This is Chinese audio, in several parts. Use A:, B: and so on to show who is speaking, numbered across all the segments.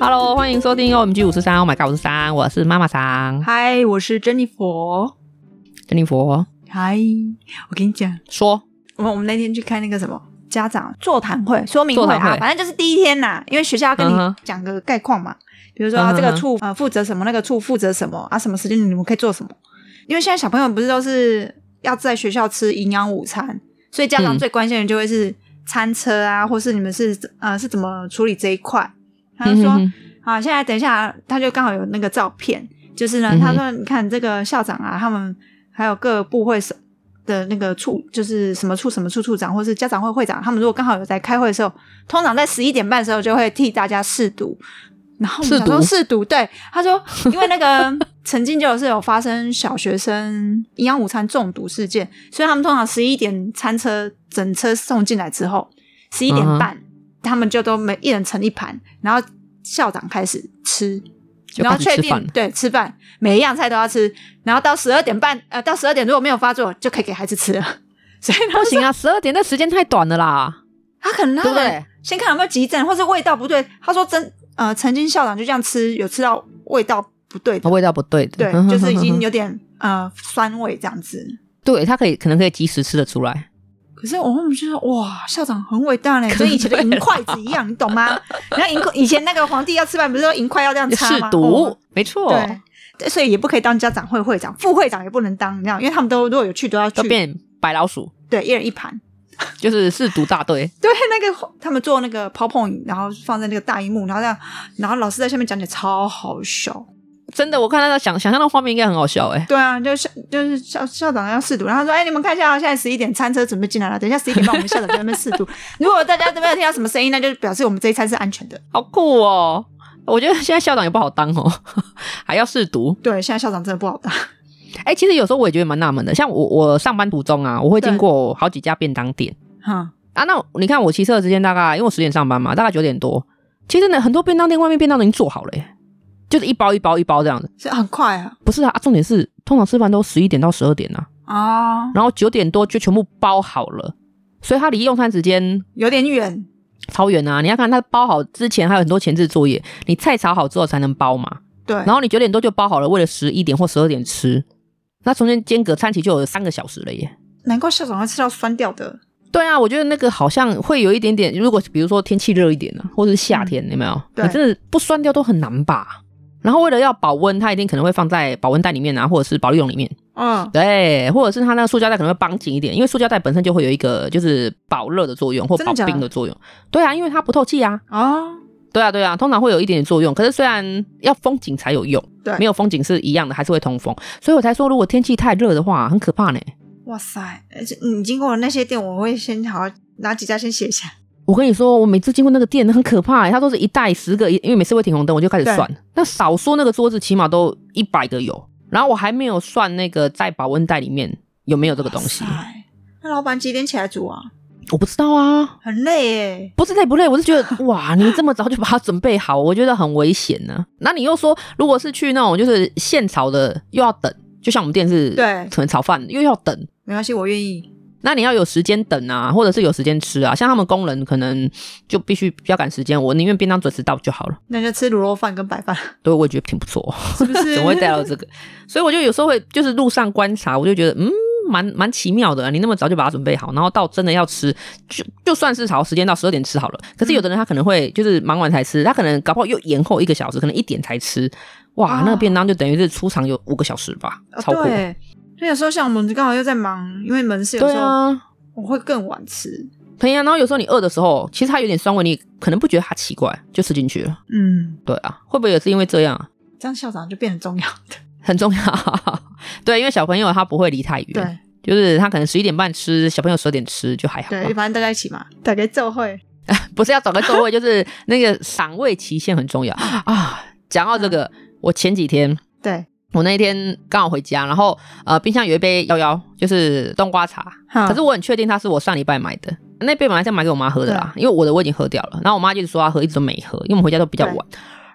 A: Hello，欢迎收听 OMG 五十三，Oh my God 五十三，我是妈妈桑，
B: 嗨，我是珍妮佛。
A: 珍妮佛
B: 嗨，我跟你讲，
A: 说，
B: 我们我们那天去开那个什么家长座谈会、说明会
A: 座谈
B: 啊
A: 会，
B: 反正就是第一天啦，因为学校要跟
A: 嗯哼
B: 你讲个概况嘛，比如说、啊
A: 嗯哼
B: 这个处呃负责什么，那个处负责什么啊，什么时间你们可以做什么。因为现在小朋友不是都是要在学校吃营养午餐，所以家长
A: 嗯
B: 最关心的就会是餐车啊，或是你们是呃是怎么处理这一块。他 就说，
A: 嗯哼
B: 好，现在等一下，他就刚好有那个照片，就是呢
A: 嗯，哼
B: 他说你看这个校长啊，他们还有各部会什的那个处，就是什么处什么处处长，或是家长会会长，他们如果刚好有在开会的时候，通常在十一点半的时候就会替大家试读。然后我们
A: 试
B: 想说
A: 读
B: 试读，对他说，因为那个曾经就是有发生小学生营养午餐中毒事件，所以他们通常十一点餐车整车送进来之后，十一
A: 嗯
B: 点
A: 哼
B: 半他们就都每一人盛一盘，然后校长开始吃，
A: 就
B: 然
A: 开
B: 后
A: 始
B: 确
A: 吃
B: 定
A: 饭了，
B: 对吃饭，每一样菜都要吃，然后到十二点半，呃，到十二点如果没有发作，就可以给孩子吃了。 所以他
A: 不行啊，十二点的时间太短了啦，
B: 他可能他
A: 对不
B: 可能
A: 对？
B: 先看有没有急诊，或是味道不对。他说真呃，曾经校长就这样吃，有吃到味道不对的，
A: 哦味道不对的，
B: 对
A: 嗯，哼
B: 就是已经
A: 哼哼
B: 有点呃酸味这样子。
A: 对他可以可能可以及时吃得出来，
B: 可是我后面就说，哇，校长很伟大嘞，
A: 可啊
B: 跟以前的
A: 对啦
B: 银筷子一样，你 懂吗？然后银筷以前那个皇帝要吃饭，不是说银筷要这样插
A: 试
B: 吗？
A: 毒
B: 哦，
A: 没错，
B: 对对，所以也不可以当家长会会长，副会长也不能当，你知道，因为他们都如果有去都要
A: 都，
B: 去
A: 变白老鼠，
B: 对，一人一盘。
A: 就是试毒大队，
B: 对，那个他们做那个 PowerPoint，然后放在那个大荧幕，然后这样，然后老师在下面讲解，超好笑。
A: 真的，我看到想想象的画面应该很好笑哎、
B: 对啊，就是就是校校长要试读，然后他说：“哎，你们看一下啊，现在十一点餐车准备进来了，等一下十一点半我们校长在那边试读。如果大家都没有听到什么声音，那就表示我们这一餐是安全的。
A: 好酷哦！我觉得现在校长也不好当哦， 还要试毒。”
B: 对，现在校长真的不好当。
A: 哎、其实有时候我也觉得蛮纳闷的，像我我上班途中啊，我会
B: 对
A: 经过好几家便当店
B: 哈、
A: 啊。那你看我骑车的时间大概，因为我十点上班嘛，大概九点多，其实呢很多便当店外面便当都已经做好了、欸，就是一包一包一包这样子。
B: 是很快啊
A: 不是啊，啊重点是通常吃饭都十一点到十二点啊，
B: 啊、
A: 然后九点多就全部包好了，所以它离用餐时间
B: 有点远。
A: 超远啊！你要看它包好之前还有很多前置作业，你菜炒好之后才能包嘛。
B: 对，
A: 然后你九点多就包好了，为了十一点或十二点吃，那中间间隔餐期就有三个小时了耶。
B: 难怪校长会吃到酸掉的。
A: 对啊，我觉得那个好像会有一点点，如果比如说天气热一点啊，或者是夏天，有没有？
B: 嗯对
A: 你真的不酸掉都很难吧？然后为了要保温，它一定可能会放在保温袋里面啊，或者是保利龙里面，
B: 嗯，
A: 对，或者是它那个塑胶袋可能会绑紧一点，因为塑胶袋本身就会有一个就是保热的作用或
B: 真
A: 保
B: 的假的
A: 冰的作用。对啊，因为它不透气啊。
B: 哦，
A: 对啊，对啊，通常会有一点点作用。可是虽然要风景才有用，
B: 对
A: 没有风景是一样的，还是会通风。所以我才说，如果天气太热的话，很可怕呢。
B: 哇塞！而且你经过的那些店，我会先好好哪几家先写一下。
A: 我跟你说，我每次经过那个店很可怕耶，欸它都是一袋十个，因为每次会停红灯，我就开始
B: 对
A: 算。那少说那个桌子起码都一百个有，然后我还没有算那个在保温袋里面有没有这个东西
B: 哇，塞那老板几点起来煮啊？
A: 我不知道啊。
B: 很累耶。
A: 不是累不累，我是觉 得哇，你这么早就把它准备好，我觉得很危险呢、那你又说，如果是去那种就是现炒的，又要等，就像我们店是
B: 对
A: 可能炒饭又要等，
B: 没关系，我愿意。
A: 那你要有时间等啊，或者是有时间吃啊。像他们工人可能就必须比较赶时间，我宁愿便当准时到就好了。
B: 那就吃卤肉饭跟白饭，
A: 对，我也觉得挺不错，
B: 是不是？
A: 怎么会带到这个？所以我就有时候会就是路上观察，我就觉得嗯。蛮蛮奇妙的、啊，你那么早就把它准备好，然后到真的要吃，就就算是好时间到十二点吃好了。可是有的人他可能会就是忙完才吃，他可能搞不好又延后一个小时，可能一点才吃。哇，
B: 哦
A: 那个便当就等于是出厂有五个小时吧，
B: 哦
A: 超过。
B: 对，所以有时候像我们刚好又在忙，因为门市有
A: 对
B: 时候
A: 啊，
B: 我会更晚吃。
A: 对啊呀、然后有时候你饿的时候，其实它有点酸味，你可能不觉得它奇怪，就吃进去了。
B: 嗯，
A: 对啊，会不会也是因为这样啊
B: 这样校长就变得重要的。
A: 很重要？ 对，因为小朋友他不会离太远，
B: 对
A: 就是他可能十一点半吃，小朋友十二点吃就还好
B: 对，
A: 啊。
B: 反正大家一起嘛，大家做会。
A: 不是要找个座位，就是那个赏味期限很重要啊。讲到这个，我前几天
B: 对，
A: 我那一天刚好回家，然后呃冰箱有一杯幺幺，就是冬瓜茶，
B: 可
A: 可是我很确定它是我上礼拜买的，那杯本来是要买给我妈喝的啦，因为我的我已经喝掉了。然后我妈就一直说她喝，一直都没喝，因为我们回家都比较晚。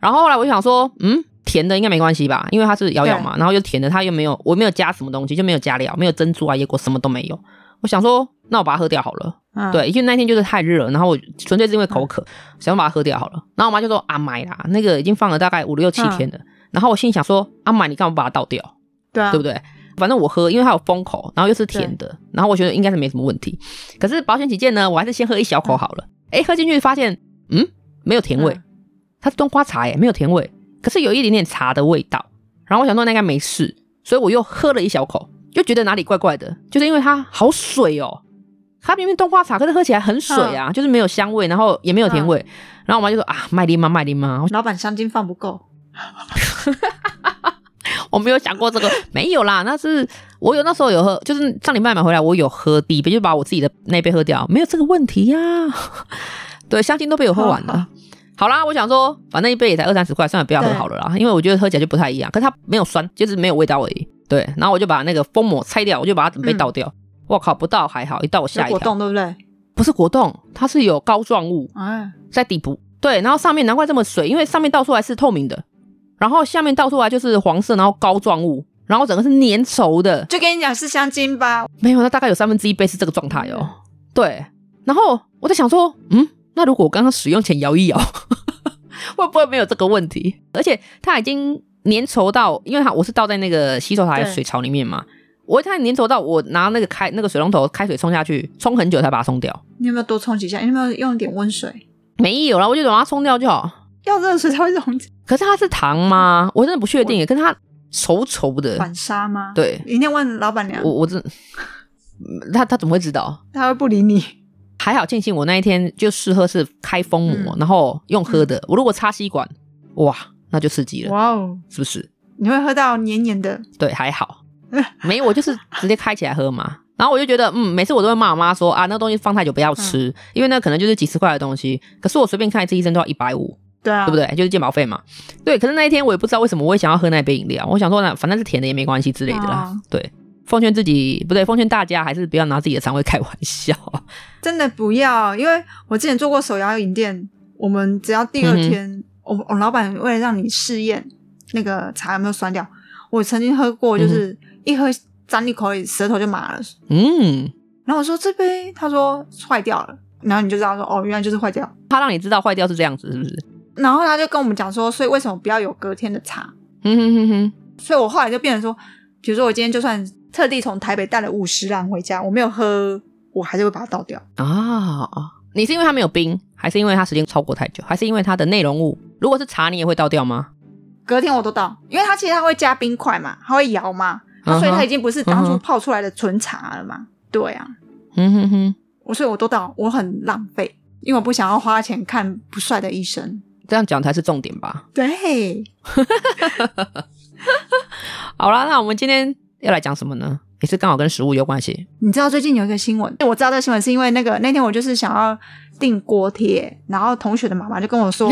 A: 然后后来我就想说，嗯，甜的应该没关系吧，因为它是摇摇嘛，然后又甜的，它又没有我没有加什么东西，就没有加料，没有珍珠啊、椰果，什么都没有。我想说那我把它喝掉好了。
B: 嗯，
A: 对，因为那天就是太热了，然后我纯粹是因为口渴，想把它喝掉好了。然后我妈就说：“啊，买啦，那个已经放了大概五六七
B: 嗯天
A: 天了。然后我心里想说：“啊，买你干嘛把它倒掉？
B: 对啊，
A: 对不对？”反正我喝，因为它有封口，然后又是甜的，然后我觉得应该是没什么问题。可是保险起见呢，我还是先喝一小口好了。哎、喝进去发现，嗯，没有甜味，
B: 嗯
A: 它是冬瓜茶耶，没有甜味，可是有一点点茶的味道。然后我想说那应该没事，所以我又喝了一小口，就觉得哪里怪怪的，就是因为它好水哦。它明明冬瓜茶，可是喝起来很水
B: 嗯
A: 啊，就是没有香味，然后也没有甜味。然后我妈就说啊，麦丽妈，麦丽妈，
B: 老板香精放不够，
A: 我没有想过这个， 没有啦，那是我有那时候有喝，就是上礼拜买回来，我有喝第一杯，就把我自己的那一杯喝掉，没有这个问题呀、 对，香精都被我喝完
B: 哦
A: 了。好啦，我想说，反正一杯也才二三十块，算了，不要喝好了啦，因为我觉得喝起来就不太一样。可是它没有酸，就是没有味道而已。对，然后我就把那个封膜拆掉，我就把它准备倒掉。我、靠，不倒还好，一倒我
B: 嗯是
A: 吓一
B: 果
A: 跳。
B: 冻对不对？
A: 不是果冻，它是有膏状物，
B: 嗯，
A: 在底部。对，然后上面难怪这么水，因为上面倒出来是透明的，然后下面倒出来就是黄色，然后膏状物，然后整个是粘稠的。
B: 就跟你讲是香精吧，
A: 没有，那大概有三分之一杯是这个状态
B: 嗯
A: 哦。对，然后我在想说，嗯，那如果我刚刚使用前摇一 摇，会不会没有这个问题？而且它已经粘稠到，因为它我是倒在那个洗手台的
B: 对
A: 水槽里面嘛，我它粘稠到我拿那个开那个水龙头开水冲下去，冲很久才把它冲掉。
B: 你有没有多冲几下？你有没有用一点温水？
A: 没有啦，我就把它冲掉就好。
B: 要热水才会溶解，
A: 可是它是糖吗？我真的不确定耶，可是它稠稠的，
B: 反杀吗？，
A: 对
B: 一定要问老板娘
A: 我，我真，他他怎么会知道？
B: 她会不理你。
A: 还好庆幸我那一天就试喝是开封膜，
B: 嗯
A: 然后用喝的。我如果插吸管，哇，那就刺激了，
B: 哇哦，
A: 是不是？
B: 你会喝到黏黏的，
A: 对，还 好，没有，我就是直接开起来喝嘛。然后我就觉得，嗯，每次我都会骂我妈说啊，那东西放太久不要吃，
B: 嗯
A: 因为那可能就是几十块的东西。可是我随便看一次医生都要一百五，
B: 对啊，
A: 对不？对？就是健保费嘛。对，可是那一天我也不知道为什么我也想要喝那一杯饮料，我想说呢，反正是甜的也没关系之类的啦。
B: 哦
A: 对，奉劝自己不对，奉劝大家还是不要拿自己的肠胃开玩笑。
B: 真的不要，因为我之前做过手摇饮店，我们只要第二
A: 嗯
B: 天，我我老板为了让你试验那个茶有没有酸掉，我曾经喝过，就是一喝沾一口，舌头就麻了。
A: 嗯，
B: 然后我说这杯，他说坏掉了，然后你就知道说哦，原来就是坏掉。
A: 他让你知道坏掉是这样子，是不是？
B: 然后他就跟我们讲说，所以为什么不要有隔天的茶？
A: 嗯哼哼哼，
B: 所以我后来就变成说，比如说我今天就算特地从台北带了五十兰回家，我没有喝，我还是会把它倒掉。
A: 啊，你是因为它没有冰，还是因为它时间超过太久，还是因为它的内容物？如果是茶，你也会倒掉吗？
B: 隔天我都倒，因为它其实它会加冰块嘛，它会摇嘛，那啊所以它已经不是当
A: 嗯
B: 初
A: 哼
B: 泡出来的纯茶了嘛。对啊，
A: 嗯哼哼，
B: 我所以我都倒，我很浪费，因为我不想要花钱看不帅的医生。
A: 这样讲才是重点吧。
B: 对，
A: 好啦，那我们今天要来讲什么呢？也是刚好跟食物有关系。
B: 你知道最近有一个新闻，我知道这个新闻是因为那个那天我就是想要订锅贴，然后同学的妈妈就跟 我说，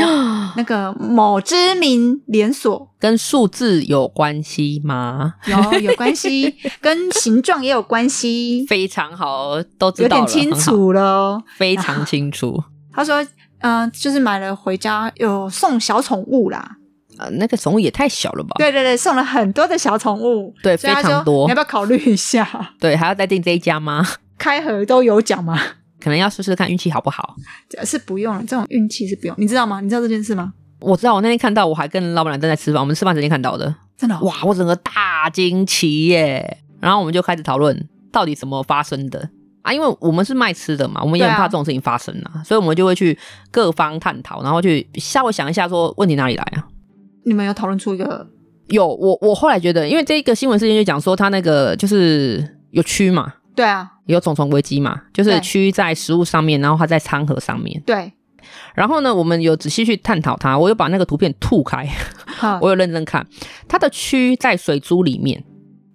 B: 那个某知名连锁
A: 跟数字有关系吗？
B: 有有关系，跟形状也有关系，
A: 非常好，都 知
B: 有
A: 道了，
B: 点清
A: 很好，
B: 楚了哦。
A: 非常清楚。
B: 他说，嗯、就是买了回家有送小宠物啦，
A: 呃，那个宠物也太小了吧？
B: 对对对，送了很多的小宠物，
A: 对啊
B: 所以
A: 哦
B: 他
A: 哎非常
B: 说
A: 多
B: 你要不要考虑一下？
A: 对，还要再订这一家吗？
B: 开盒都有奖吗？
A: 可能要试试看运气好不好。
B: 是不用了，这种运气是不用，你知道吗？你知道这件事吗？
A: 我知道，我那天看到，我还跟老板娘正在吃饭，我们吃饭时间看到的。
B: 真的哦、
A: 哇，我整个大惊奇耶！然后我们就开始讨论到底什么发生的啊，因为我们是卖吃的嘛，我们也
B: 对啊
A: 很怕这种事情发生啊，所以我们就会去各方探讨，然后去稍微想一下说问题哪里来啊。
B: 你们有讨论出一个
A: 有我，我后来觉得，因为这个新闻事件就讲说，他那个就是有蛆嘛，
B: 对啊，
A: 有重重危机嘛，就是
B: 对
A: 蛆在食物上面，然后它在餐盒上面。
B: 对，
A: 然后呢，我们有仔细去探讨它，我有把那个图片吐开，
B: 好，
A: 我有认真看它的蛆在水珠里面。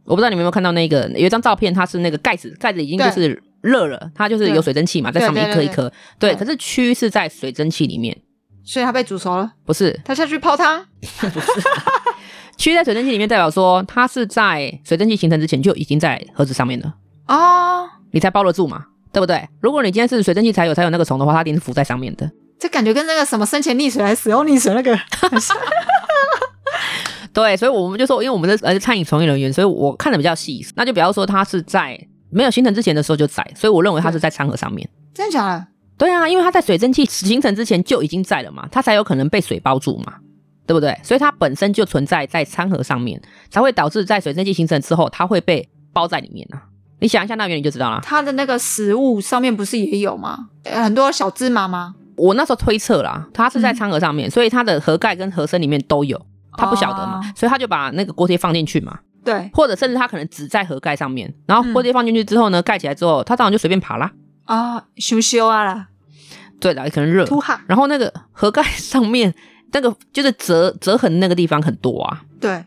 A: 我不知道你们有没有看到那个有一张照片，它是那个盖子，盖子已经
B: 对
A: 就是热了，它就是
B: 对
A: 有水蒸气嘛，在上面一颗
B: 对
A: 一
B: 对对
A: 颗。对，
B: 对
A: 可是蛆是在水蒸气里面，
B: 所以他被煮熟了，
A: 不是
B: 他下去泡汤，
A: 蛆在水蒸气里面，代表说它是在水蒸气形成之前就已经在盒子上面了。
B: 哦，
A: 你才包得住嘛，对不对？如果你今天是水蒸气才有才有那个虫的话，它一定是浮在上面的。
B: 这感觉跟那个什么生前溺水还是死后溺水那 个很像，
A: 对，所以我们就说，因为我们的呃餐饮从业人员，所以我看的比较细，那就比方说它是在没有形成之前的时候就在，所以我认为它是在餐盒上面。
B: 真的假的？
A: 对啊，因为它在水蒸气形成之前就已经在了嘛，它才有可能被水包住嘛，对不对？所以它本身就存在在餐盒上面，才会导致在水蒸气形成之后，它会被包在里面啊。你想一下那原理就知道啦。
B: 它的那个食物上面不是也有吗？呃很多小芝麻吗？
A: 我那时候推测啦，它是在
B: 嗯
A: 餐盒上面，所以它的盒盖跟盒身里面都有，他不晓得嘛，
B: 哦
A: 所以他就把那个锅贴放进去嘛，
B: 对，
A: 或者甚至他可能只在盒盖上面，然
B: 嗯
A: 后锅贴放进去之后呢，盖起来之后，他当然就随便爬啦。
B: 啊，羞羞啊啦，
A: 对的，可能热，
B: 秃哈，
A: 然后那个盒盖上面那个就是折折痕那个地方很多啊，
B: 对。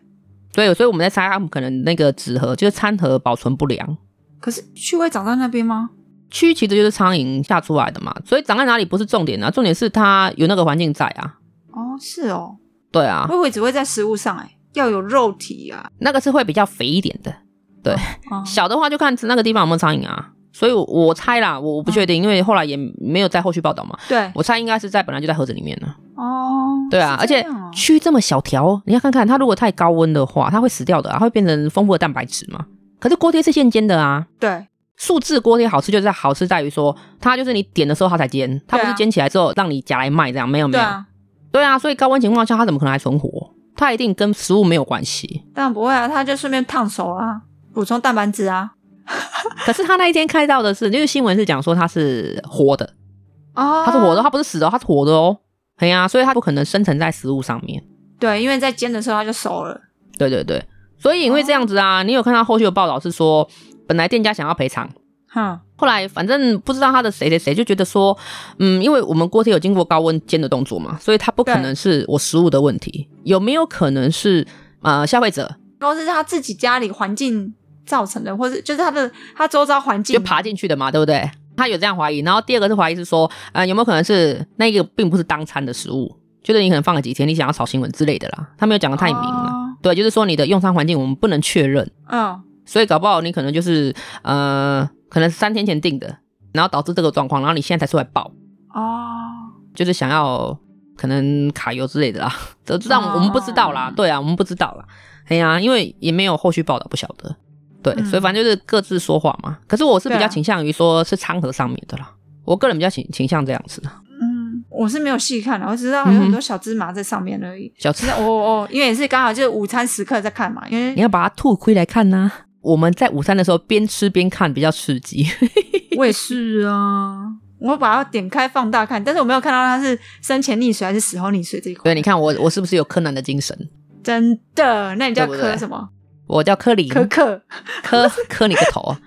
A: 对，所以我们在猜他们可能那个纸盒就是餐盒保存不良。
B: 可是趣味长在那边吗？
A: 蛆其实就是苍蝇吓出来的嘛，所以长在哪里不是重点啊，重点是它有那个环境在啊。
B: 哦，是哦，
A: 对啊，
B: 我以为只会在食物上、欸，哎，要有肉体啊。
A: 那个是会比较肥一点的，
B: 哦、
A: 小的话就看那个地方有没有苍蝇啊。所以我，我猜啦，我我不确定，
B: 嗯
A: 因为后来也没有在后续报道嘛。
B: 对，
A: 我猜应该是在本来就在盒子里面呢。
B: 哦，
A: 对啊，而
B: 是这
A: 且
B: 样哦
A: 蛆这么小条，你要看看它如果太高温的话，它会死掉的、啊，它会变成丰富的蛋白质嘛。可是锅贴是现煎的啊，
B: 对
A: 素质锅贴好吃就在好吃在于说，它就是你点的时候它才煎，它不
B: 对
A: 是
B: 啊
A: 煎起来之后让你夹来卖这样，没有没
B: 对
A: 有，
B: 啊，
A: 对啊，所以高温情况下它怎么可能还存活？它一定跟食物没有关系。
B: 当然不会啊，他就顺便烫熟啊，补充蛋白质啊。
A: 可是他那一天看到的是，因为新闻是讲说它是活的，
B: 哦，
A: 它是活的，它不是死的哦，它是活的哦。哎呀、所以它不可能生成在食物上面。
B: 对，因为在煎的时候它就熟了。
A: 对对对，所以因为这样子啊，你有看到后续的报道是说，本来店家想要赔偿，
B: 哼，
A: 后来反正不知道他的谁谁谁就觉得说，嗯，因为我们锅贴有经过高温煎的动作嘛，所以它不可
B: 对
A: 能是我食物的问题，有没有可能是呃消费者
B: 然后是他自己家里环境造成的，或者就是他的他周遭环境
A: 就爬进去的嘛，对不对？他有这样怀疑，然后第二个是怀疑是说，呃，有没有可能是那个并不是当餐的食物，就是你可能放了几天，你想要炒新闻之类的啦，他没有讲的太明了。
B: 哦
A: 对，就是说你的用餐环境我们不能确认，
B: 嗯，
A: 所以搞不好你可能就是呃，可能三天前订的，然后导致这个状况，然后你现在才出来报，
B: 哦，
A: 就是想要可能卡油之类的啦， 这这
B: 哦
A: 让我们不知道啦，对啊，我们不知道啦，哎呀、因为也没有后续报道，不晓得，对，
B: 嗯
A: 所以反正就是各自说话嘛。可是我是比
B: 对
A: 较
B: 啊
A: 倾向于说是餐盒上面的啦，我个人比较倾倾向这样子的，
B: 嗯，我是没有细看的，啊我只知道有
A: 嗯哼
B: 很多小芝麻在上面而已。
A: 小吃
B: 其实哦哦，因为也是刚好就是午餐时刻在看嘛，因
A: 你
B: 为
A: 要把它吐亏来看呐、我们在午餐的时候边吃边看比较刺激，
B: 我也是啊，我把它点开放大看，但是我没有看到它是生前溺水还是死后溺水这一块。
A: 对，你看我我是不是有柯南的精神？
B: 真的，那你叫
A: 对不对嗯
B: 科什么？
A: 我叫柯林，
B: 可可
A: 磕磕你个头 啊！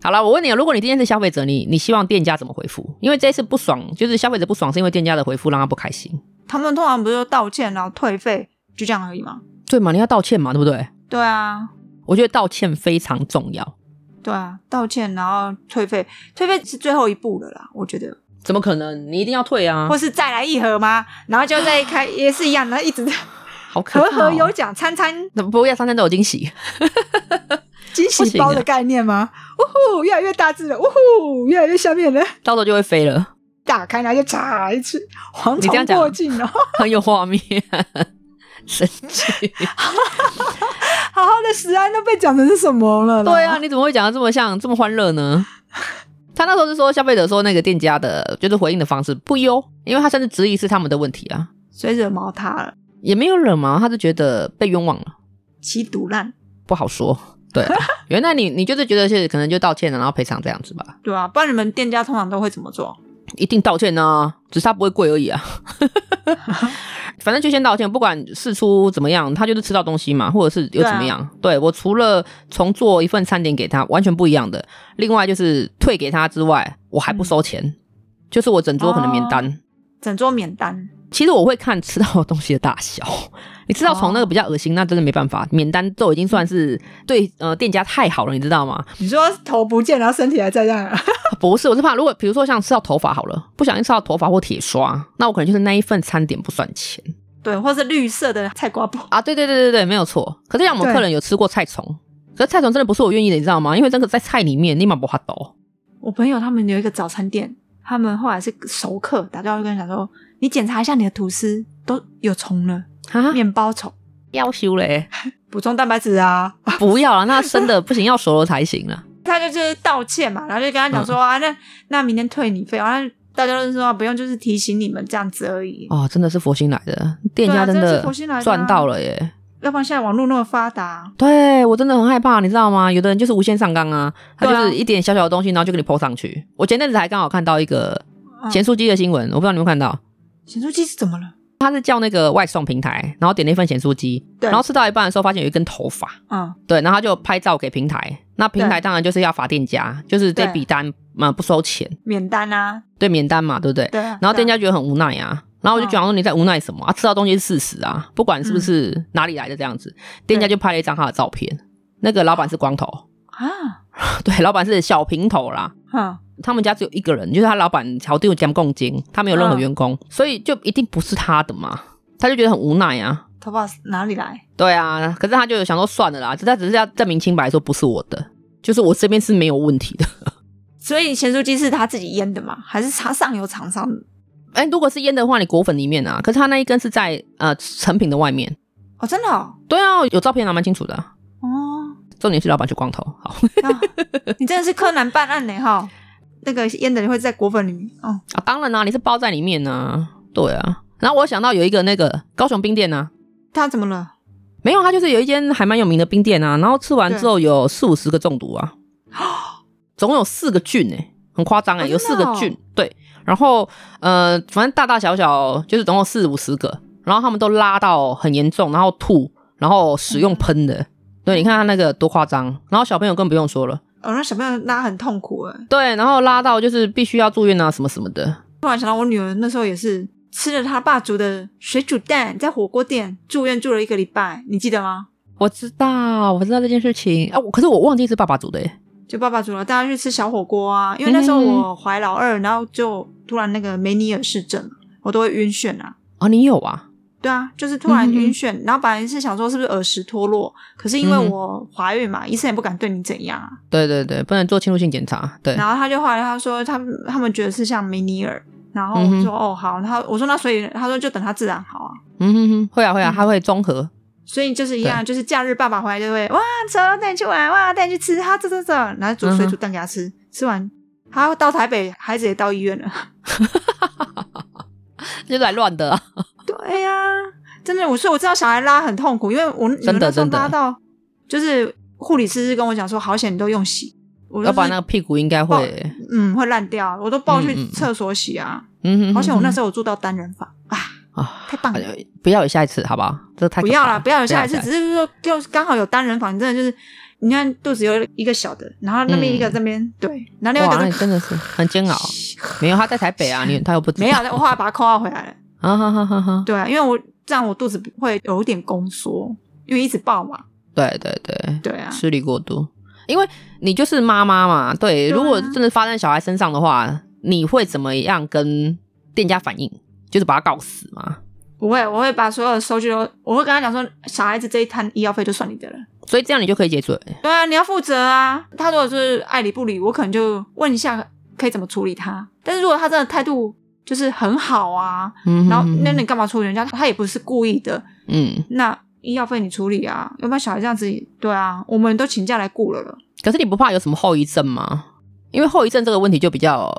A: 好了，我问你哦，如果你今天是消费者，你你希望店家怎么回复？因为这一次不爽，就是消费者不爽，是因为店家的回复让他不开心，
B: 他们通常不是都道歉然后退费，就这样而已嘛。
A: 对嘛？你要道歉嘛，对不对？
B: 对啊，
A: 我觉得道歉非常重要，
B: 对啊，道歉然后退费，退费是最后一步了啦，我觉得，
A: 怎么可能？你一定要退啊
B: 或！是再来一盒吗？然后就再开也是一样，然后一直
A: 好 可怕、
B: 盒
A: 哦，
B: 盒有奖，餐餐
A: 那不要三餐都有惊喜，
B: 惊
A: 不
B: 喜
A: 行啊
B: 包的概念吗？呜呼，越来越大字了，呜呼，越来越下面了，
A: 到时候就会飞了，
B: 打开然后就嚓一次，蝗
A: 你这样
B: 虫
A: 讲
B: 过境哦，
A: 很有画面， 神奇。
B: 好好的食安都被讲成是什么了？
A: 对啊，，你怎么会讲的这么像这么欢乐呢？他那时候是说消费者说那个店家的就是回应的方式不优，因为他甚至质疑是他们的问题啊。
B: 所以惹毛他了，
A: 也没有惹毛，他就觉得被冤枉了，
B: 其毒烂。
A: 不好说。对啊、原来你你就是觉得是可能就道歉了，然后赔偿这样子吧，
B: 对啊，不然你们店家通常都会怎么做？
A: 一定道歉呢、只是他不会跪而已啊。反正就先道歉，不管事出怎么样，他就是吃到东西嘛，或者是又怎么样。对,、我除了重做一份餐点给他，完全不一样的。另外就是退给他之外，我还不收钱，就是我整桌可能免单。
B: 整桌免单。
A: 其实我会看吃到的东西的大 小，你吃到虫那个比较恶心，那真的没办法，免单都已经算是对呃店家太好了，你知道吗？
B: 你说头不见，然后身体还在啊那儿，
A: 不是，我是怕如果比如说像吃到头发好了，不小心吃到头发或铁刷，那我可能就是那一份餐点不算钱
B: 对，或是绿色的菜瓜布，
A: 啊。对对对对对，没有错。可是像我们
B: 对
A: 客人有吃过菜虫，
B: 嗯
A: 可是菜虫真的不是我愿意的，你知道吗？因为这个在菜里面立马不哈抖。
B: 我朋友他们有一个早餐店，他们后来是熟客打电话就跟你讲说，你检查一下你的吐司都有虫了，
A: 啊，
B: 面包虫，
A: 要修嘞！
B: 补充蛋白质啊。
A: 不要了，那生的不行，要熟了才行了。
B: 他就就是道歉嘛，然后就跟他讲
A: 嗯
B: 说、啊，那那明天退你费用，然后大家都是说、啊不用，就是提醒你们这样子而已。
A: 哦，真的是佛心来的，店家
B: 对啊真的
A: 的
B: 是佛心来的啊
A: 赚到了耶！
B: 要不然现在网络那么发达，
A: 对我真的很害怕，你知道吗？有的人就是无限上纲啊，他就
B: 对啊
A: 是一点小小的东西，然后就给你泼上去。我前阵子还刚好看到一个
B: 嗯
A: 咸酥鸡的新闻，我不知道你们有没有看到，
B: 显示器是怎么了？
A: 他是叫那个外送平台，然后点了一份咸酥鸡，
B: 对
A: 然后吃到一半的时候发现有一根头发，
B: 嗯，
A: 对，然后他就拍照给平台，那平台当然就是要罚店家，就是这
B: 对
A: 笔单嘛、呃不收钱，
B: 免单啊，
A: 对，免单嘛，对不对？
B: 对嗯啊。
A: 然后
B: 对
A: 店
B: 啊
A: 家觉得很无奈啊，然后我就讲说你在无奈什么啊？吃到东西是事实啊，不管是不
B: 嗯
A: 是哪里来的这样子，店家就拍了一张他的照片，那个老板是光头，
B: 啊，
A: 对，老板是小平头啦。
B: 嗯，
A: 他们家只有一个人，就是他老板乔定将共金，他没有任何员工，所以就一定不是他的嘛，他就觉得很无奈啊。
B: 头发哪里来？
A: 对啊，可是他就想说算了啦，只他只是要证明清白，说不是我的，就是我这边是没有问题的。
B: 所以咸酥鸡是他自己腌的吗？还是他上游厂商？
A: 哎、如果是腌的话，你裹粉里面啊，可是他那一根是在呃成品的外面。
B: 哦，真的哦，
A: 对啊，有照片啊，蛮清楚的啊、
B: 哦，
A: 重点是老板去光头，好
B: 啊你真的是柯南办案呢哈。那个腌的会在果粉里面哦，
A: 啊，当然啦、你是包在里面呢、对啊。然后我想到有一个那个高雄冰店啊呢、
B: 他怎么了？
A: 没有，它就是有一间还蛮有名的冰店啊，然后吃完之后有四五十个中毒啊，总共有四个菌哎、很夸张哎，
B: 哦
A: 有四
B: 真
A: 个
B: 的哦
A: 菌，对，然后呃，反正大大小小就是总共四五十个，然后他们都拉到很严重，然后吐，然后使用喷的，对，你看他那个多夸张，然后小朋友更不用说了，
B: 哦，那小朋友拉很痛苦哎。
A: 对，然后拉到就是必须要住院啊什么什么的，
B: 突然想到，我女儿那时候也是吃了她爸煮的水煮蛋，在火锅店住院住了一个礼拜，你记得吗？
A: 我知道，我知道这件事情啊，我可是我忘记是爸爸煮的欸耶。
B: 就爸爸煮了，大家去吃小火锅啊。因为那时候
A: 嗯
B: 我怀老二，然后就突然那个梅尼尔氏症，我都会晕眩啊。
A: 哦，你有啊？
B: 对啊，就是突然
A: 嗯哼
B: 晕眩，然后本来是想说是不是耳石脱落，可是因为
A: 嗯哼
B: 我怀孕嘛，医生也不敢对你怎样啊。
A: 对对对，不能做侵入性检查。对，
B: 然后他就后来他说他们他们觉得是像梅尼尔，然后我
A: 嗯
B: 说、
A: 哼
B: 哦好，他我说那所以他说就等他自然好啊。
A: 嗯哼哼，会啊会啊，
B: 嗯
A: 它会综合。
B: 所以就是一样，就是假日爸爸回来就会哇走带你去玩哇带你去吃哈这这这，然后煮
A: 嗯
B: 水煮蛋给他吃，吃完他到台北孩子也到医院了。
A: 就来乱的、啊，
B: 对呀、真的，我所以我知道小孩拉很痛苦，因为我
A: 真的
B: 有那时候
A: 真的
B: 拉到就是护理师是跟我讲说好险你都用洗，我就是
A: 要不然那个屁股应该会，
B: 嗯会烂掉，我都抱
A: 嗯嗯
B: 去
A: 嗯
B: 厕所洗啊。
A: 嗯哼
B: 好险我那
A: 时
B: 时候我住到单人房啊，
A: 候啊，
B: 太棒了。
A: 哎不要有下一次，好不好？这太可
B: 不要
A: 怕
B: 啦，不要有下一次，
A: 不
B: 只是说就刚好有单人房，你真的就是，你看肚子有一个小的，然后那边一个这边、对，然后另
A: 嗯哇，
B: 外
A: 那
B: 一
A: 你
B: 个
A: 真的是很煎熬。没有，他在台北啊，你他又不知道
B: 没有，我后来把它扣号回来了。
A: 啊，哈哈哈哈。
B: 对啊，因为我这样我肚子会有一点宫缩，因为一直爆嘛。
A: 对对对，
B: 对啊，
A: 吃力过度，因为你就是妈妈嘛，对，
B: 对啊
A: 如果真的发在小孩身上的话，你会怎么样跟店家反应？就是把他告死嘛。
B: 不会，我会把所有的收据都，我会跟他讲说，小孩子这一摊医药费就算你的了。
A: 所以这样你就可以解决。
B: 对啊，你要负责啊。他如果是爱理不理，我可能就问一下可以怎么处理他。但是如果他真的态度就是很好啊，
A: 嗯哼
B: 然后那你干嘛处理人家？他也不是故意的，
A: 嗯，
B: 那医药费你处理啊，要不然小孩这样子，对啊，我们都请假来雇了了。
A: 可是你不怕有什么后遗症吗？因为后遗症这个问题就比较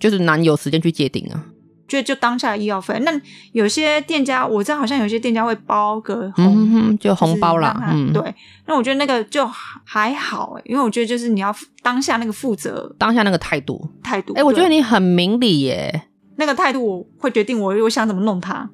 A: 就是难有时间去界定啊。
B: 就就当下医药费，那有些店家我知道，好像有些店家会包个
A: 嗯哼
B: 红、
A: 哼，就红包啦
B: 就是，让他
A: 嗯，，
B: 对。那我觉得那个就还好、欸，因为我觉得就是你要当下那个负责
A: 当下那个态度，
B: 态度。
A: 哎、我觉得
B: 对
A: 你很明理耶。
B: 那个态度，我会决定我我想怎么弄他。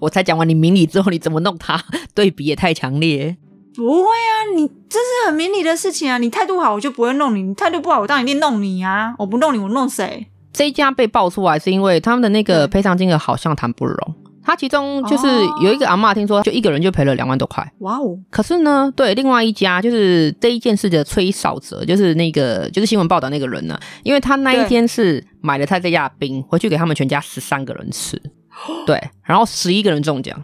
A: 我才讲完你明理之后，你怎么弄他？ 对比也太强烈。
B: 不会啊，你这是很明理的事情啊。你态度好，我就不会弄你；你态度不好，我当然一定弄你啊。我不弄你，我弄谁？
A: 这一家被爆出来是因为他们的那个
B: 对
A: 赔偿金额好像谈不拢，他其中就是
B: 哦
A: 有一个阿嬷听说就一个人就赔了两万多块。
B: 哇哦，
A: 可是呢，对另外一家就是这一件事的吹哨者，就是那个就是新闻报道那个人呢、因为他那一
B: 对
A: 天是买了他这家的冰回去给他们全家十三个人吃， 对，然后十一个人中奖，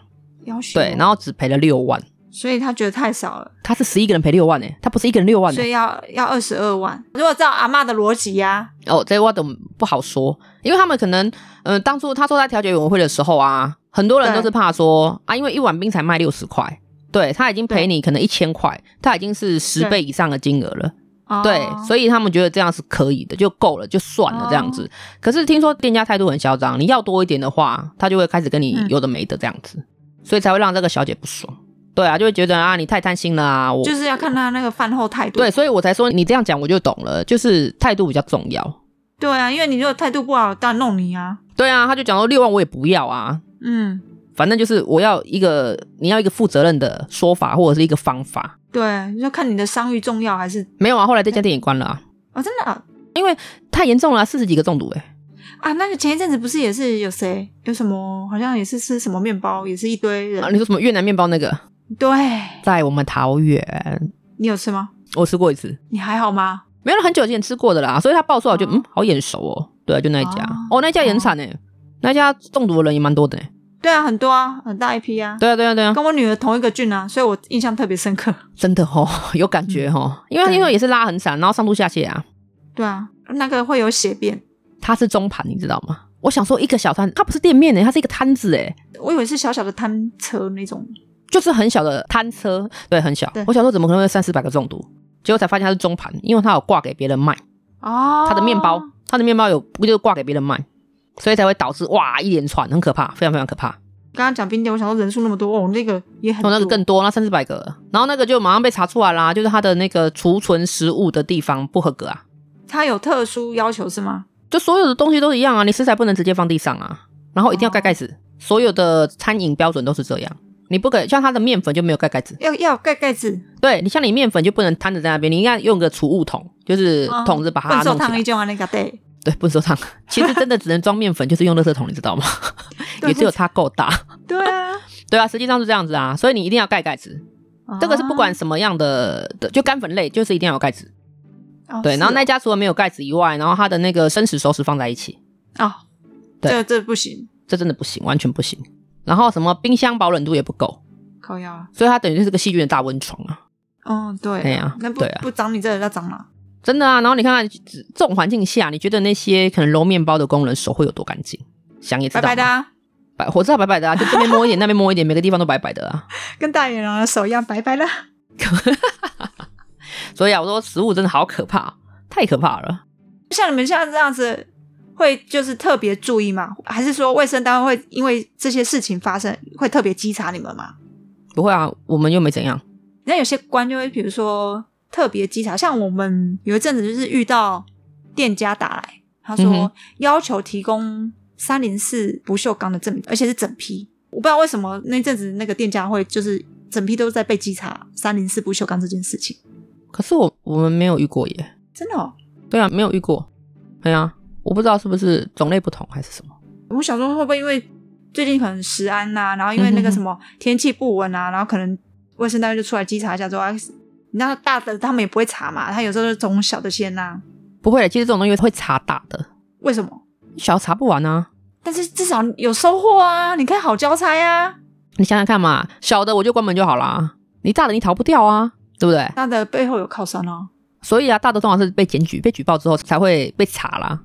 B: 要求哦
A: 对，然后只赔了六万，
B: 所以他觉得太少了。
A: 他是十一个人赔六万呢、他不是一个人六万呢、
B: 所以要要二十二万。如果照阿嬷的逻辑啊呀、
A: 哦，这我等不好说，因为他们可能，嗯、当初他说在调解委员会的时候啊，很多人
B: 对
A: 都是怕说啊，因为一碗冰才卖六十块，对他已经赔
B: 对
A: 你可能一千块，他已经是十
B: 对
A: 倍以上的金额了。
B: 哦
A: 对，所以他们觉得这样是可以的，就够了，就算了这样
B: 哦
A: 子。可是听说店家态度很嚣张，你要多一点的话，他就会开始跟你
B: 嗯
A: 有的没的这样子，所以才会让这个小姐不爽。对啊，就会觉得啊，你太贪心了啊，我
B: 就是要看他那个饭后态度。
A: 对，所以我才说你这样讲我就懂了，就是态度比较重要。
B: 对啊，因为你如果态度不好，当然弄你啊。
A: 对啊，他就讲说六万我也不要啊，
B: 嗯，
A: 反正就是我要一个你要一个负责任的说法或者是一个方法。
B: 对，就看你的商誉重要还是
A: 没有啊，后来这家店也关了啊，
B: 哦，真的啊
A: 太严重了啊、四十几个中毒哎、
B: 啊。那个前一阵子不是也是有谁有什么，好像也是吃什么面包，也是一堆人。
A: 啊，你说什么越南面包那个，
B: 对，
A: 在我们桃园，
B: 你有吃吗？
A: 我吃过一次，
B: 你还好吗？
A: 没有很久之前吃过的啦，所以他爆出来我就、嗯，好眼熟哦。对啊，就那一家，
B: 哦
A: 哦，那一家也很惨哎、那一家中毒的人也蛮多的、欸。
B: 对啊，很多啊，很大一批啊。
A: 对啊，对啊，对啊，
B: 跟我女儿同一个郡啊，所以我印象特别深刻。
A: 真的哦， 有感觉哦，因为
B: 对
A: 因为也是拉很散，然后上吐下泻啊。
B: 对啊，那个会有血便，
A: 它是中盘，你知道吗？我想说一个小摊，它不是店面呢、它是一个摊子哎、
B: 我以为是小小的摊车那种。
A: 就是很小的摊车，对，很小
B: 对。
A: 我想说怎么可能会三四百个中毒？结果才发现它是中盘，因为它有挂给别人卖，
B: 哦，
A: 它的面包，它的面包有不就是挂给别人卖，所以才会导致哇一连串，很可怕，非常非常可怕。
B: 刚刚讲冰点，我想说人数那么多，哦，那个也很
A: 哦，
B: 多，
A: 那个更多，那三四百个，然后那个就马上被查出来啦，就是它的那个储存食物的地方不合格啊，
B: 它有特殊要求是吗？
A: 就所有的东西都一样啊，你食材不能直接放地上啊，然后一定要盖盖子，
B: 哦
A: 所有的餐饮标准都是这样，你不可以像它的面粉就没有盖盖子，
B: 要要有盖盖子，
A: 对你像你面粉就不能摊着在那边，你应该用个储物桶，就是
B: 哦
A: 呃桶子把它
B: 笨
A: 弄
B: 手
A: 起
B: 汤
A: 来，
B: 一种啊那个对，
A: 对，不能 收烫，其实真的只能装面粉，就是用垃圾桶，你知道吗？
B: 对
A: 也只有它够大，
B: 对啊，
A: 对啊，实际上是这样子啊，所以你一定要盖盖子， 这个是不管
B: 啊
A: 什么样的的，就干粉类就是一定要有盖子。
B: 哦
A: 对，
B: 是
A: 然后那
B: 哦
A: 家除了没有盖子以外，然后它的那个生食熟食放在一起，
B: 哦，
A: 对
B: 这这不行，
A: 这真的不行，完全不行。然后什么冰箱保冷度也不够，
B: 靠腰啊，
A: 所以它等于就是个细菌的大温床啊，
B: 嗯对，
A: 对啊
B: 那不
A: 对啊
B: 不长你这里要长哪？
A: 真的啊。然后你看看这这种环境下，你觉得那些可能揉面包的工人手会有多干净？想也知
B: 白
A: 道嘛，
B: 白的啊，
A: 白我知道白白的啊，就这边摸一点，那边摸一点，每个地方都白白的啊。
B: 跟大野狼的手一样白白的，
A: 所以啊，我说食物真的好可怕，太可怕了。
B: 像你们像这样子。会就是特别注意吗？还是说卫生单位会因为这些事情发生会特别稽查你们吗？
A: 不会啊，我们又没怎样。
B: 那有些官就会，比如说特别稽查，像我们有一阵子就是遇到店家打来，他
A: 嗯
B: 说要求提供三零四不锈钢的证明，而且是整批。我不知道为什么那阵子那个店家会就是整批都在被稽查三零四不锈钢这件事情，
A: 可是我我们没有遇过耶。
B: 真的哦。
A: 对啊，没有遇过。对啊，我不知道是不是种类不同还是什么。
B: 我想说会不会因为最近可能食安呐、然后因为那个什么天气不稳啊，然后可能卫生单位就出来稽查一下之后，啊你知道大的他们也不会查嘛，他有时候就从小的先呐、啊
A: 不会的，其实这种东西会查大的，
B: 为什么？
A: 小的查不完啊。
B: 但是至少有收获啊！你看好交差啊，
A: 你想想看嘛，小的我就关门就好啦，你大的你逃不掉啊，对不对？
B: 他的背后有靠山哦。
A: 所以啊，大的通常是被检举、被举报之后才会被查啦。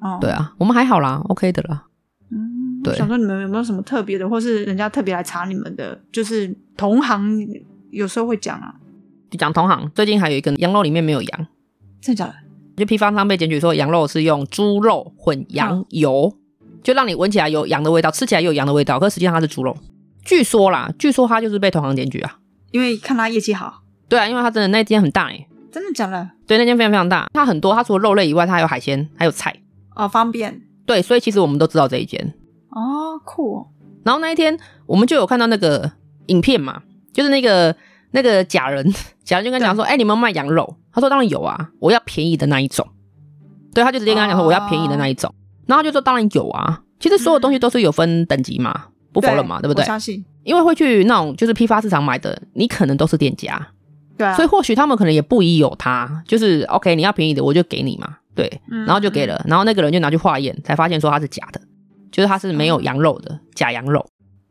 B: 哦，
A: 对，啊，我们还好啦，OK 的啦。
B: 嗯，
A: 对
B: 我想说你们有没有什么特别的，或是人家特别来查你们的，就是同行有时候会讲啊，
A: 就讲同行，最近还有一个羊肉里面没有羊，
B: 真的假的？
A: 就批发商被检举说羊肉是用猪肉混羊油，就让你闻起来有羊的味道，吃起来也有羊的味道，可实际上它是猪肉。据说啦，据说他就是被同行检举啊。
B: 因为看他业绩好，
A: 对啊，因为他真的那间很大哎、
B: 真的假的？
A: 对，那间非常非常大，它很多，它除了肉类以外，它还有海鲜，还有菜。
B: 哦，方便
A: 对，所以其实我们都知道这一间。
B: 哦，酷哦，
A: 然后那一天我们就有看到那个影片嘛，就是那个那个假人，假人就跟他讲说：“哎、你们卖羊肉？”他说：“当然有啊，我要便宜的那一种。”对，他就直接跟他讲说：“
B: 哦
A: 我要便宜的那一种。然后他就说：“当然有啊，其实所有东西都是有分等级嘛，不
B: 不
A: 否认嘛，对不
B: 嗯我
A: 对？
B: 相信，
A: 因为会去那种就是批发市场买的，你可能都是店家，
B: 对啊，
A: 所以或许他们可能也不疑有他，就是 OK，你要便宜的我就给你嘛，对，
B: 嗯
A: 然后就给了，然后那个人就拿去化验，才发现说它是假的，就是它是没
B: 嗯
A: 有羊肉的假羊肉。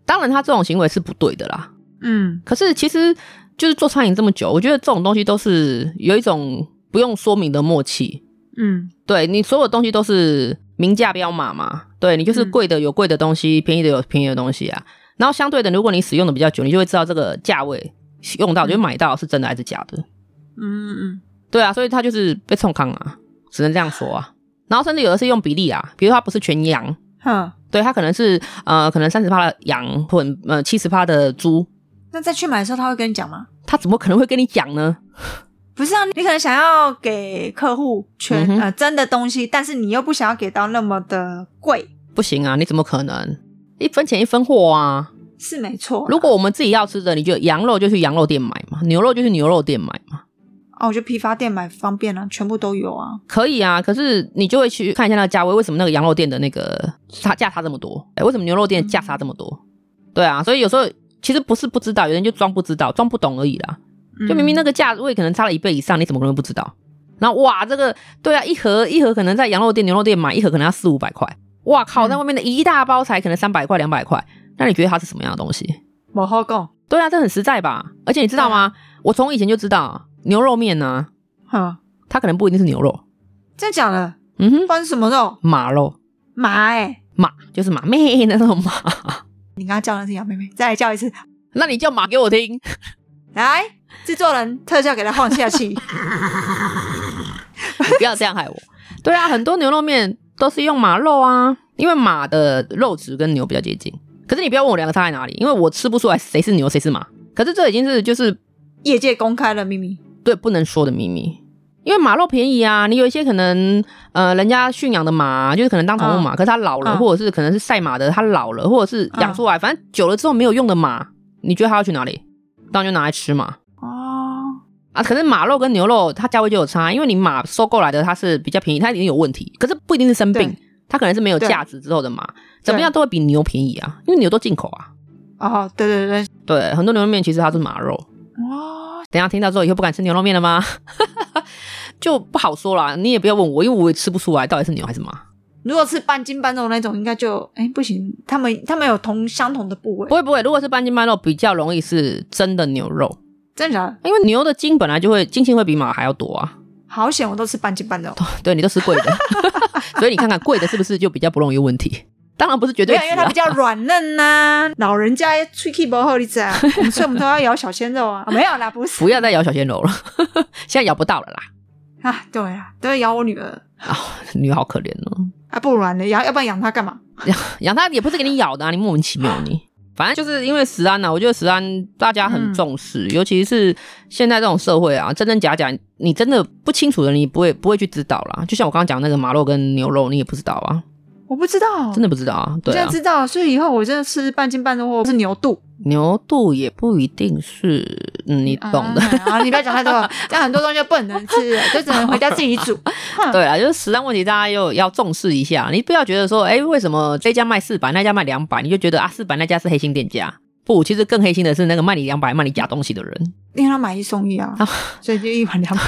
A: 当然，他这种行为是不对的啦。
B: 嗯，
A: 可是其实就是做餐饮这么久，我觉得这种东西都是有一种不用说明的默契。
B: 嗯
A: 对你所有东西都是明价标码嘛，对你就是
B: 嗯
A: 贵的有贵的东西，便宜的有便宜的东西啊。然后相对的，如果你使用的
B: 嗯
A: 比较久，你就会知道这个价位用到就买到是真的还是假的。
B: 嗯嗯嗯，
A: 对啊，所以他就是被冲康啊，只能这样说啊。然后甚至有的是用比例啊，比如说他不是全羊，
B: 哼，
A: 对他可能是呃可能三十趴的羊混呃七十趴的猪，
B: 那再去买的时候他会跟你讲吗？
A: 他怎么可能会跟你讲呢？
B: 不是啊，你可能想要给客户全、
A: 嗯哼
B: 呃真的东西，但是你又不想要给到那么的贵，
A: 不行啊，你怎么可能？一分钱一分货啊！
B: 是没错啦。
A: 如果我们自己要吃的，你就羊肉就去羊肉店买嘛，牛肉就去牛肉店买嘛，
B: 哦，我觉得批发店买方便啊，全部都有啊。
A: 可以啊。可是你就会去看一下那个价位，为什么那个羊肉店的那个差价差这么多？哎，为什么牛肉店价差这么多？对啊，所以有时候其实不是不知道，有人就装不知道，装不懂而已啦。就明明那
B: 个、
A: 个价位可能差了一倍以上，你怎么可能会不知道？然后哇，这个对啊，一盒一盒可能在羊肉店、牛肉店买一盒可能要四五百块，哇靠，
B: 嗯
A: 在外面的一大包才可能三百块、两百块，那你觉得它是什么样的东西？
B: 我好讲，
A: 对啊，这很实在吧？而且你知道吗？我从以前就知道牛肉面呢、
B: 哼，
A: 它可能不一定是牛肉，
B: 真的假的？
A: 嗯哼，
B: 关什么肉？
A: 马肉
B: 马哎、
A: 马就是马 妹那种马，
B: 你刚刚叫的是杨妹妹，再来叫一次，
A: 那你叫马给我听，
B: 来，制作人特效给他放 下去。
A: 你不要这样害我。对啊，很多牛肉面都是用马肉啊，因为马的肉质跟牛比较接近。可是你不要问我两个差在哪里，因为我吃不出来谁是牛谁是马。可是这已经是就是
B: 业界公开了秘密，
A: 对不能说的秘密，因为马肉便宜啊。你有一些可能呃，人家驯养的马就是可能当宠物马，可是它老了，
B: 嗯
A: 或者是可能是赛马的，它老了，或者是养出来，反正久了之后没有用的马，你觉得它要去哪里？当然就拿来吃嘛。
B: 哦，
A: 啊，可是马肉跟牛肉它价位就有差，因为你马收购来的它是比较便宜，它一定有问题，可是不一定是生病
B: 对，
A: 它可能是没有
B: 对
A: 价值之后的马，怎么样都会比牛便宜啊，因为牛都进口啊。
B: 哦，对对对，
A: 对，很多牛肉面其实它是马肉，
B: 哦，
A: 等一下听到之后以后不敢吃牛肉面了吗？ 就不好说啦，你也不要问我，因为我也吃不出来到底是牛还是马。
B: 如果是半斤半肉那种，应该就哎不行，他们他们有同相同的部位
A: 不，会不会，如果是半斤半肉，比较容易是真的牛肉，
B: 真的假的？
A: 因为牛的筋本来就会筋性会比马还要多啊。
B: 好险，我都吃半斤半肉，
A: 对你都吃贵 的，所以你看看贵的是不是就比较不容易有问题？当然不是绝
B: 没
A: 对
B: 有，
A: 值
B: 因为它
A: 啊
B: 比。较软 嫩呐、老人家吹气不好你知啊，我们所以我们都要咬小 鲜肉啊，啊没有啦，不是
A: 不要再咬小鲜肉了， 现在咬不到了啦。啊
B: 啊，对啊，都要咬我女儿
A: 女儿好可怜哦，
B: 啊，不然呢，养要不然养她干嘛？
A: 养它也不是给你咬的啊，你莫名其妙你。反正就是因为食安呐、啊，我觉得食安大家很重
B: 嗯
A: 视，尤其是现在这种社会啊，真真假假，你真的不清楚的，你不会不会去知道啦。就像我刚刚讲那个马肉跟牛肉，你也不知道啊，
B: 我不知道，
A: 真的不知道啊。
B: 我
A: 对
B: 现
A: 啊，
B: 在知道，所以以后我真的吃半斤半肉或是牛肚，
A: 牛肚也不一定是、嗯、你懂的。
B: 啊。 啊，你不要讲 太多了，这样很多东西就不能吃了，就只能回家自己煮。
A: 对啊，就是食安问题，大家又要重视一下。你不要觉得说，哎，为什么这家卖四百，那家卖两百，你就觉得啊，四百那家是黑心店家。不，其实更黑心的是那个卖你两百、卖你假东西的人。
B: 因为他买一送一啊，
A: 哦
B: 所以就一碗两百。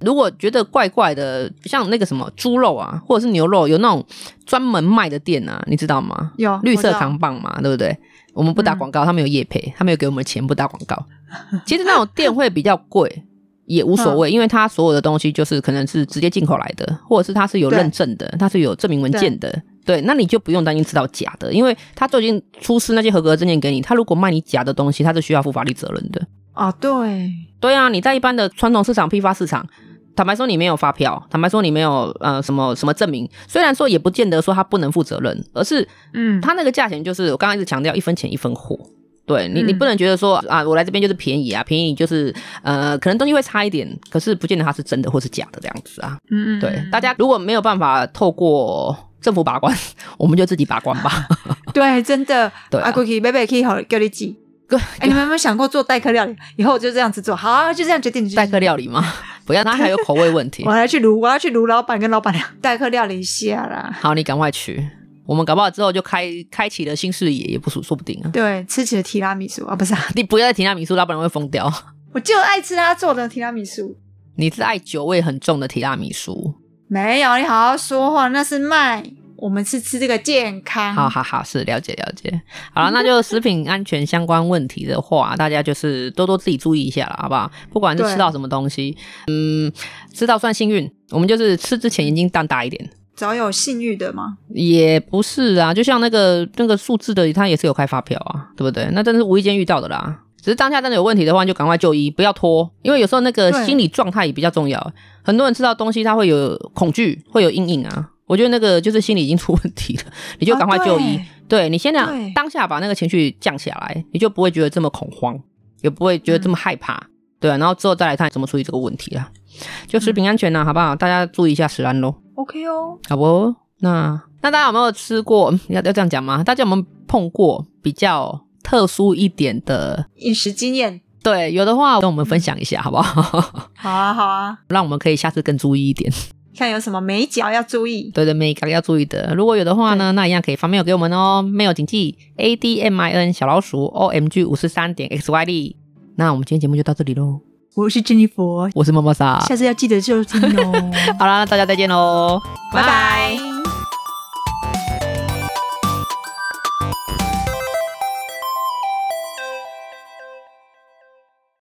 A: 如果觉得怪怪的，像那个什么猪肉啊，或者是牛肉，有那种专门卖的店啊，你知道嗯吗？
B: 有
A: 绿色
B: 糖，
A: 扛棒嘛，对不对？我们不打广告，他们有业配，他们有给我们钱，不打广告。 其实那种店会比较贵，也无所谓，因为它所有的东西就是可能是直接进口来的，或者是它是有
B: 对
A: 认证的，它是有证明文件的。对，那你就不用担心吃到假的，因为他都已经出示那些合格的证件给你。他如果卖你假的东西，他是需要负法律责任的。
B: 啊，对，
A: 对啊，你在一般的传统市场、批发市场，坦白说你没有发票，坦白说你没有呃什么什么证明，虽然说也不见得说他不能负责任，而是
B: 嗯，
A: 它那个价钱就是我刚刚一直强调一分钱一分货。对你，
B: 嗯
A: 你不能觉得说啊，我来这边就是便宜啊，便宜就是呃，可能东西会差一点，可是不见得它是真的或是假的这样子啊。
B: 嗯嗯，
A: 对，大家如果没有办法透过政府把关， 我们就自己把关吧。
B: 对，真的，
A: 对啊
B: 阿 Cookie 贝贝可以好叫 你记。
A: 对
B: 哎，你们有没有想过做代客料理？以后我就这样子做，好啊，就这样决定。就这
A: 代
B: 样
A: 客料理嘛，不要，它还有口味问题
B: 我。要去撸，我要去撸老板跟老板娘代客料理一下啦。
A: 好，你赶快去，我们搞不好之后就开开启了新视野，也不说说不定啊。
B: 对，吃起了提拉米苏啊，不是啊，
A: 你不要再提那米苏，要不然会疯掉。
B: 我就爱吃他做的提拉米苏。
A: 你是爱酒味很重的提拉米苏，
B: 没有，你好好说话，那是卖。我们是吃这个健康。
A: 好好好，是了解了解。好了，那就食品安全相关问题的话，大家就是多多自己注意一下了，好不好？不管是
B: 对
A: 吃到什么东西，嗯，吃到算幸运，我们就是吃之前眼睛瞪大一点。
B: 只要有信誉的嘛，
A: 也不是啊，就像那个那个数字的，它也是有开发票啊，对不对？那真的是无意间遇到的啦。只是当下真的有问题的话，你就赶快就医，不要拖，因为有时候那个
B: 对
A: 心理状态也比较重要。很多人吃到东西，他会有恐惧，会有阴影啊。我觉得那个就是心理已经出问题了，你就赶快就医。
B: 啊
A: 对你先让
B: 对
A: 当下把那个情绪降下来，你就不会觉得这么恐慌，也不会觉得这么害怕。对、啊，然后之后再来看怎么处理这个问题啦。就食品安全呢、啊好不好？大家注意一下食安喽。
B: OK 哦，
A: 好不？那那大家有没有吃过？嗯要要这样讲吗？大家有没有碰过比较特殊一点的？
B: 饮食经验，
A: 对，有的话跟我们分享一下，好不好？
B: 好啊好啊，
A: 让我们可以下次更注意一点。
B: 看有什么美角要注意。
A: 对的，每个要注意的。如果有的话呢，那一样可以发 mail 给我们哦。mail 谨记 a d m i n 小老鼠 o m g 五十三点 x y d。那我们今天节目就到这里喽。
B: 我是珍妮佛，
A: 我是么么莎。
B: 下次要记得就听哦。
A: 好啦，那大家再见喽，
B: 拜拜。